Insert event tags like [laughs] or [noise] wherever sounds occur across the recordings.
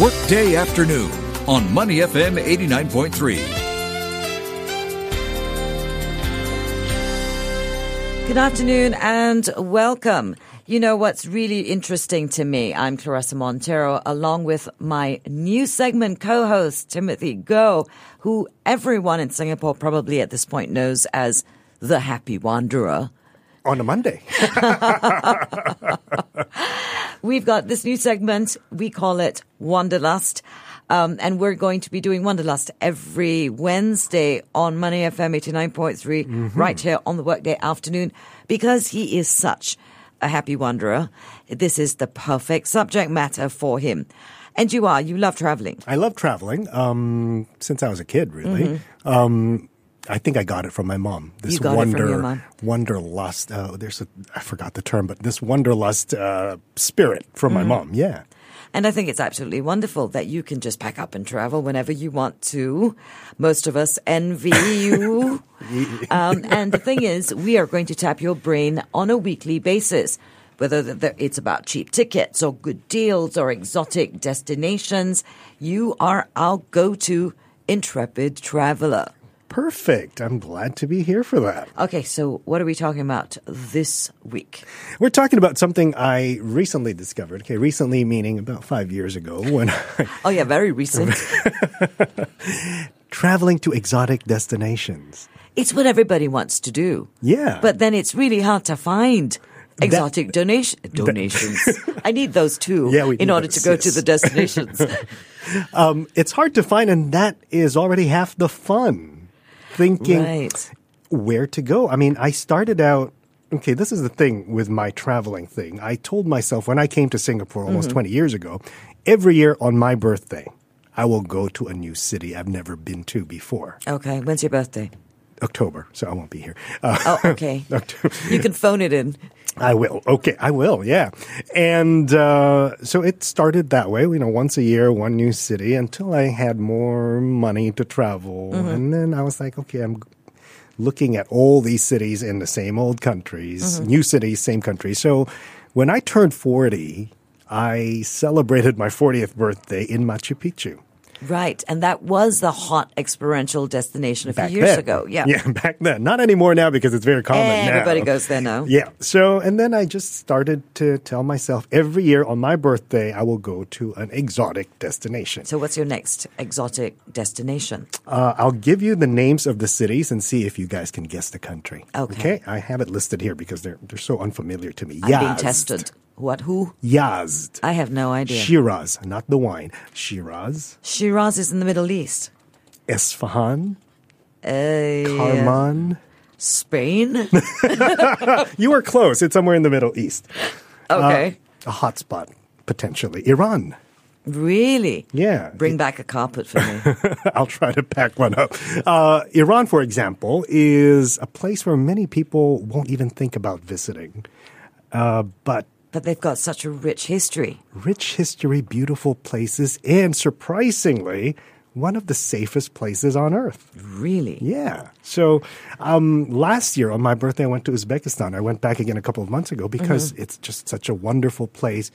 Workday afternoon on Money FM 89.3. Good afternoon and welcome. You know what's really interesting to me? I'm Clarissa Montero along with my new segment co-host Timothy Go, who everyone in Singapore probably at this point knows as the happy wanderer. on [laughs] a Monday. We've got this new segment. We call it Wanderlust. Um, and we're going to be doing Wanderlust every Wednesday on Money FM 89.3, right here on the workday afternoon, because he is such a happy wanderer. This is the perfect subject matter for him. And you are, you love traveling. I love traveling um, since I was a kid, really. Um, I think I got it from my mom. This Mm-hmm. You got it from wonder, your mom. wanderlust. Uh, there's a, I forgot the term, but this wanderlust uh, spirit from Mm-hmm. my mom. Yeah. And I think it's absolutely wonderful that you can just pack up and travel whenever you want to. Most of us envy you. um, and the thing is, we are going to tap your brain on a weekly basis, whether th- th- it's about cheap tickets or good deals or exotic destinations. You are our go to intrepid traveler. Perfect. I'm glad to be here for that. Okay, so what are we talking about this week? We're talking about something I recently discovered. Okay, recently meaning about five years ago when [laughs] I, Oh, yeah, very recent. traveling to exotic destinations. it's what everybody wants to do. Yeah. But then it's really hard to find exotic [laughs] donation donations. I need those too Yeah, we in need order those, to go to yes. the [laughs] destinations. it's hard to find, and that is already half the fun. Thinking right. where to go. I mean, I started out. Okay, this is the thing with my traveling thing. I told myself when I came to Singapore almost 20 years ago, every year on my birthday, I will go to a new city I've never been to before. Okay. When's your birthday? October, so I won't be here. Uh, [laughs] Oh, okay. you can phone it in. I will. Okay, I will. Yeah, and uh, so it started that way. You know, once a year, one new city, until I had more money to travel, Mm-hmm. and then I was like, okay, I'm looking at all these cities in the same old countries, Mm-hmm. new cities, same country. So when I turned forty, I celebrated my fortieth birthday in Machu Picchu. Right. And that was the hot experiential destination a few years then. ago. Yeah. yeah, [laughs] back then. Not anymore now because it's very common. now. Everybody goes there now. Yeah. So, and then I just started to tell myself every year on my birthday, I will go to an exotic destination. So what's your next exotic destination? Uh, I'll give you the names of the cities and see if you guys can guess the country. Okay. I have it listed here because they're, they're so unfamiliar to me. I'm being tested. What who? Yazd. I have no idea. Shiraz, not the wine. Shiraz, Shiraz is in the Middle East. Esfahan, Uh, Karman. Spain? You were close. It's somewhere in the Middle East. Uh, Okay. A hotspot, potentially. Iran. really? Yeah. Bring back a carpet for me. [laughs] I'll try to pack one up. Uh, Iran, for example, is a place where many people won't even think about visiting. Uh, but but they've got such a rich history. rich history, beautiful places, and surprisingly, one of the safest places on earth. Really? Yeah. So um, last year on my birthday, I went to Uzbekistan. I went back again a couple of months ago because it's just such a wonderful place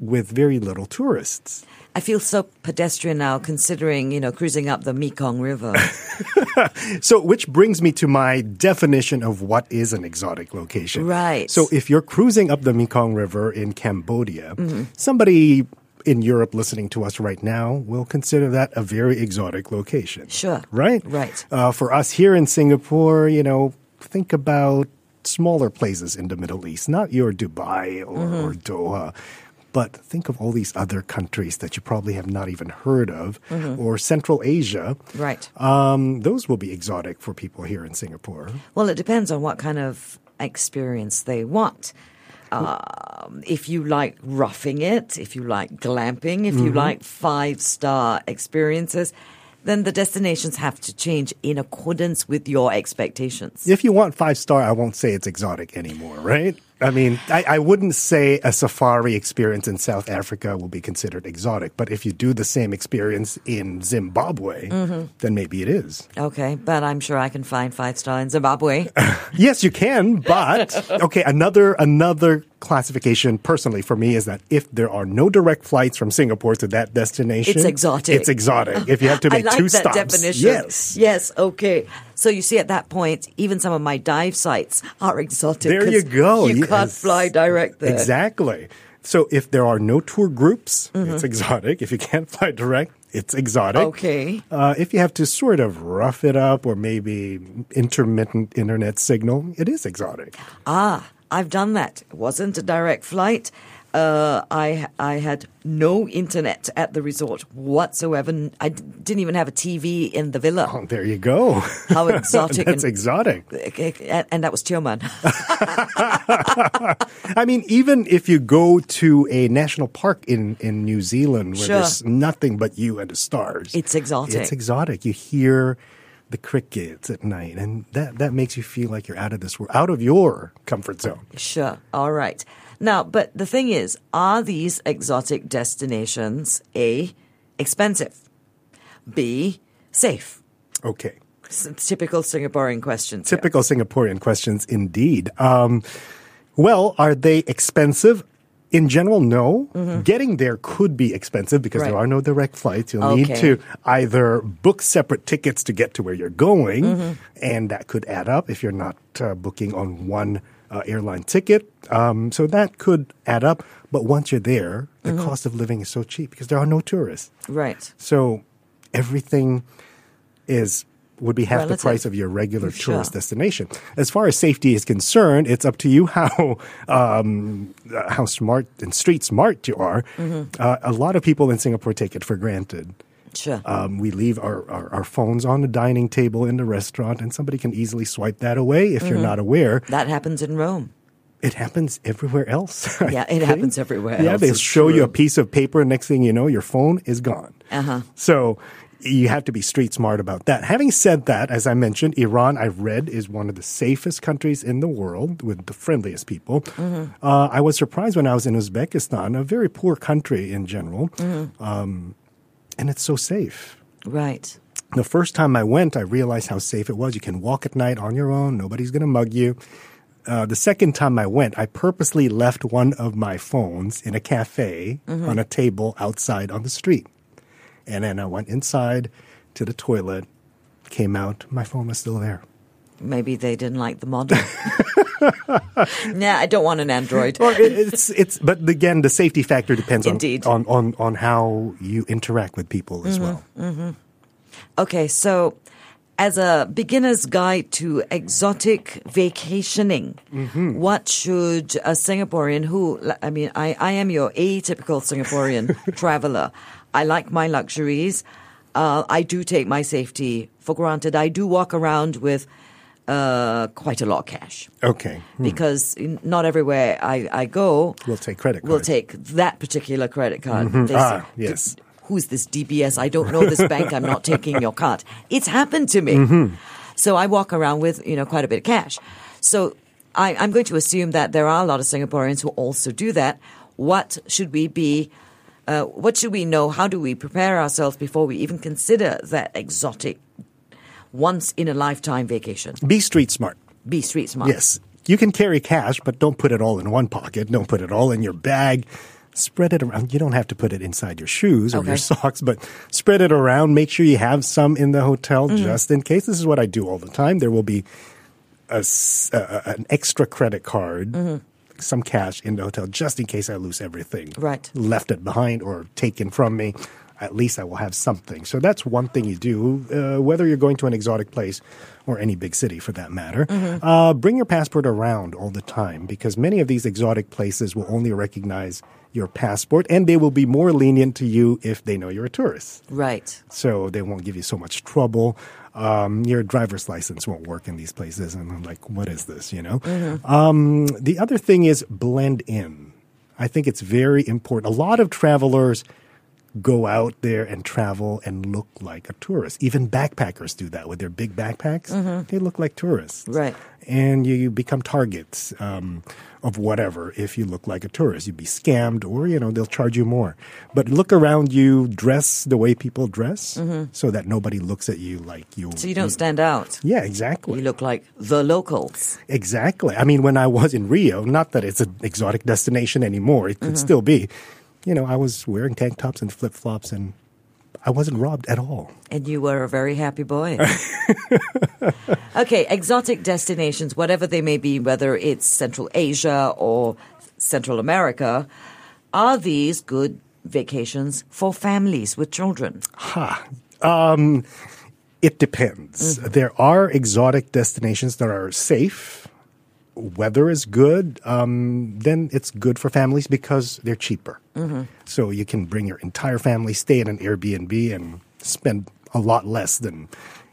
with very little tourists. I feel so pedestrian now considering, you know, cruising up the Mekong [laughs] River. So, which brings me to my definition of what is an exotic location. Right. So, if you're cruising up the Mekong River in Cambodia, Mm-hmm. somebody in Europe listening to us right now will consider that a very exotic location. Sure. Right? Right. Uh, for us here in Singapore, you know, think about smaller places in the Middle East, not your Dubai or, Mm-hmm. or Doha. But think of all these other countries that you probably have not even heard of, Mm-hmm. or Central Asia. right. Um, those will be exotic for people here in Singapore. Well, it depends on what kind of experience they want. Um, if you like roughing it, if you like glamping, if Mm-hmm. you like five star experiences, then the destinations have to change in accordance with your expectations. If you want five star, I won't say it's exotic anymore, right? I mean, I, I wouldn't say a safari experience in South Africa will be considered exotic, but if you do the same experience in Zimbabwe, Mm-hmm. then maybe it is. Okay, but I'm sure I can find five star in Zimbabwe. Yes, you [laughs] can, but okay, another another classification personally for me is that if there are no direct flights from Singapore to that destination, It's exotic. It's exotic. If you have to [laughs] I make like two that stops. definition. Yes. Yes, okay. So you see, at that point, even some of my dive sites are exotic. There you 'cause go. You can't Yes. fly direct there. Exactly. So if there are no tour groups, Mm-hmm. it's exotic. If you can't fly direct, it's exotic. Okay. Uh, if you have to sort of rough it up or maybe intermittent internet signal, it is exotic. Ah, I've done that. It wasn't a direct flight. Uh, I I had no internet at the resort whatsoever. N- I d- didn't even have a TV in the villa. Oh, there you go. [laughs] How exotic! That's and, exotic. and, [laughs] and that was Tioman. I mean, even if you go to a national park in, in New Zealand where Sure. there's nothing but you and the stars, It's exotic. It's exotic. You hear the crickets at night, and that, that makes you feel like you're out of this world, out of your comfort zone. Sure. All right. Now, but the thing is, are these exotic destinations A, expensive, B, safe? Okay. S- typical Singaporean questions. here. Typical Singaporean questions, indeed. Um, well, are they expensive? In general, no. Getting there could be expensive because there Mm-hmm. Right. are no direct flights. You'll need Okay. to either book separate tickets to get to where you're going, Mm-hmm. and that could add up if you're not uh, booking on one uh, airline ticket. Um, so that could add up. But once you're there, the Mm-hmm. cost of living is so cheap because there are no tourists. Right. So everything is would be half Relative. the price of your regular Sure. tourist destination. As far as safety is concerned, it's up to you how [laughs] um, uh, how smart and street smart you are. Mm-hmm. Uh, a lot of people in Singapore take it for granted. Sure. Um, we leave our, our, our phones on the dining table in the restaurant, and somebody can easily swipe that away if Mm-hmm. you're not aware. that happens in Rome. It happens everywhere else. [laughs] I Yeah, it think. happens everywhere Yeah, else, they it's show you a true. piece of paper, and next thing you know, your phone is gone. Uh-huh. So you have to be street smart about that. Having said that, as I mentioned, Iran, I read, is one of the safest countries in the world with the friendliest people. Mm-hmm. Uh, I was surprised when I was in Uzbekistan, a very poor country in general, Mm-hmm. um, and it's so safe. Right. The first time I went, I realized how safe it was. You can walk at night on your own, nobody's going to mug you. Uh, the second time I went, I purposely left one of my phones in a cafe Mm-hmm. on a table outside on the street. And then I went inside to the toilet, came out, my phone was still there. Maybe they didn't like the model. nah, I don't want an Android. Or it- [laughs] it's it's but again the safety factor depends on, Indeed. Mm-hmm. on on on how you interact with people as well. Okay, so as a beginner's guide to exotic vacationing, what should a Singaporean who, I mean, I, I am your atypical Singaporean traveler. I like my luxuries. Uh, I do take my safety for granted. I do walk around with uh, quite a lot of cash Okay. because in, not everywhere I, I go We'll take credit will cards. take that particular credit card. They Ah, "D- yes. Who's this DBS? I don't know this bank. I'm [laughs] not taking your card. It's happened to me. Mm-hmm. So I walk around with you know quite a bit of cash. So I, I'm going to assume that there are a lot of Singaporeans who also do that. What should we be? Uh, what should we know? How do we prepare ourselves before we even consider that exotic, once in a lifetime vacation? Be street smart. Be street smart. Yes. You can carry cash, but don't put it all in one pocket. Don't put it all in your bag. Spread it around. You don't have to put it inside your shoes or Okay. your socks, but spread it around. Make sure you have some in the hotel just in case. This is what I do all the time. There will be a, s- a- a- an extra credit card, some cash in the hotel just in case I lose everything. Right. Left it behind or taken from me. At least I will have something. So that's one thing you do, uh, whether you're going to an exotic place or any big city for that matter. Uh, bring your passport around all the time because many of these exotic places will only recognize your passport and they will be more lenient to you if they know you're a tourist Right. so they won't give you so much trouble. Um, your driver's license won't work in these places, and I'm like, what is this? You know. Um, the other thing is blend in. I think it's very important. A lot of travelers go out there and travel and look like a tourist. Even backpackers do that with their big backpacks. They look like tourists. Right. And you, you become targets um, of whatever if you look like a tourist. You'd be scammed or, you know, they'll charge you more. But look around you, dress the way people dress so that nobody looks at you like you Mm-hmm. So you don't stand out. Yeah, exactly. You look like the locals. Exactly. I mean, when I was in Rio, not that it's an exotic destination anymore, it Mm-hmm. could still be. You know, I was wearing tank tops and flip flops, and I wasn't robbed at all. And you were a very happy [laughs] boy. okay, exotic destinations, whatever they may be, whether it's Central Asia or Central America, are these good vacations for families with children? It depends. Mm-hmm. There are exotic destinations that are safe. Weather is good, um, then it's good for families because they're cheaper. So you can bring your entire family, stay in an Airbnb, and spend a lot less than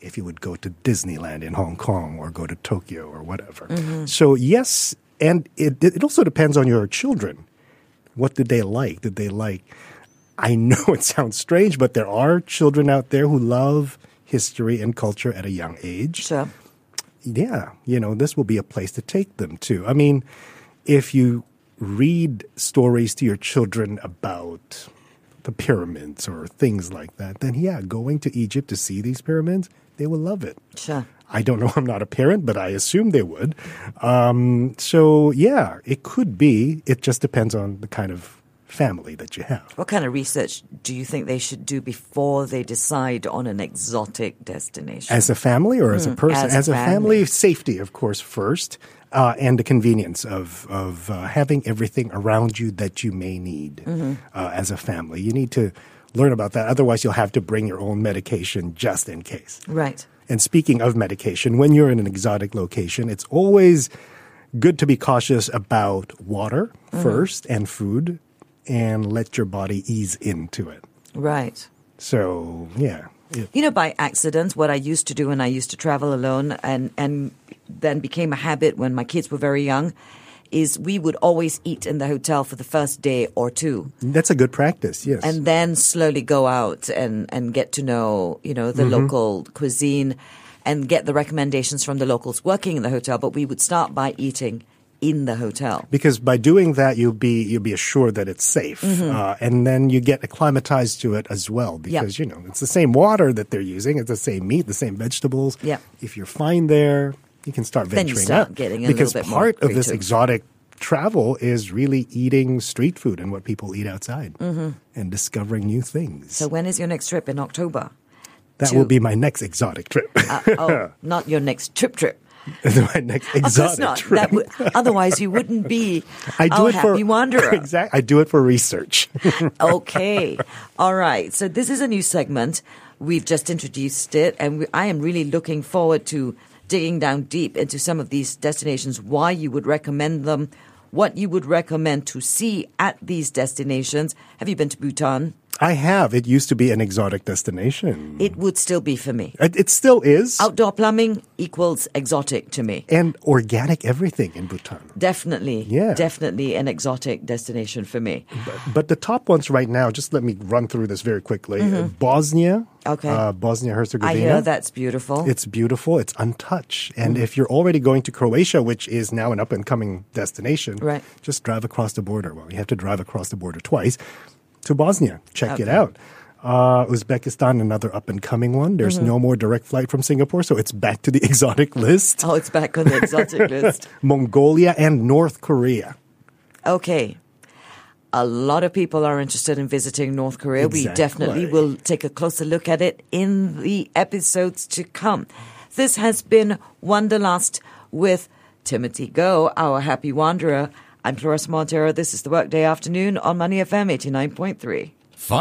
if you would go to Disneyland in Hong Kong or go to Tokyo or whatever. So, yes, and it, it also depends on your children. What did they like? Did they like I know [laughs] it sounds strange, but there are children out there who love history and culture at a young age. Sure. Yeah, you know, this will be a place to take them to. I mean, if you read stories to your children about the pyramids or things like that, then yeah, going to Egypt to see these pyramids, they will love it. Sure. I don't know. [laughs] I'm not a parent, but I assume they would. Um, so yeah, it could be. It just depends on the kind of family that you have. What kind of research do you think they should do before they decide on an exotic destination? As a family or as a person? Mm, as a a family. family, safety, of course, first, uh, and the convenience of, of uh, having everything around you that you may need Mm-hmm. uh, as a family. You need to learn about that. Otherwise, you'll have to bring your own medication just in case. right. And speaking of medication, when you're in an exotic location, it's always good to be cautious about water Mm-hmm. first and food and let your body ease into it. Right. So, yeah. it- You know, by accident, what I used to do when I used to travel alone and, and then became a habit when my kids were very young is we would always eat in the hotel for the first day or two that's a good practice, yes. and then slowly go out and, and get to know, you know, the Mm-hmm. local cuisine and get the recommendations from the locals working in the hotel. But we would start by eating in the hotel. because by doing that you'll be you'll be assured that it's safe Mm-hmm. uh, and then you get acclimatized to it as well because you know it's the same water that they're using it's the same meat the same vegetables Yep. if you're fine there you can start Then venturing you start out getting a because little bit more part of this creative. exotic travel is really eating street food and what people eat outside and discovering new things Mm-hmm. So, when is your next trip in [laughs] October? that to- will be my next exotic trip [laughs] Uh, oh, not your next trip trip. my next Of exotic course not. trip That would, otherwise, you wouldn't be [laughs] I do our it for happy wanderer. [laughs] Exact- I do it for research. okay. All right. So this is a new segment. We've just introduced it, and we, I am really looking forward to digging down deep into some of these destinations, why you would recommend them, what you would recommend to see at these destinations. Have you been to Bhutan? I have. It used to be an exotic destination. It would still be for me. It, it still is. Outdoor plumbing equals exotic to me. and organic everything in Bhutan. Definitely, Yeah. definitely an exotic destination for me. But the top ones right now, just let me run through this very quickly. Uh, Bosnia. Mm-hmm. Okay. Uh, Bosnia Herzegovina. I hear Mm. that's beautiful. It's beautiful. It's untouched. And if you're already going to Croatia, which is now an up and coming destination, Right. just drive across the border. Well, you have to drive across the border twice to Bosnia. Check it out. Uh, Uzbekistan, another up and coming one. There's Mm-hmm. no more direct flight from Singapore, so it's back to the [laughs] exotic list. oh, it's back on the [laughs] exotic list. Mongolia and North Korea. Okay. A lot of people are interested in visiting North Korea. We Exactly. definitely will take a closer look at it in the episodes to come. This has been Wanderlust with Timothy Go, our happy wanderer. I'm Flores Montero. This is the Workday Afternoon on Money FM 89.3.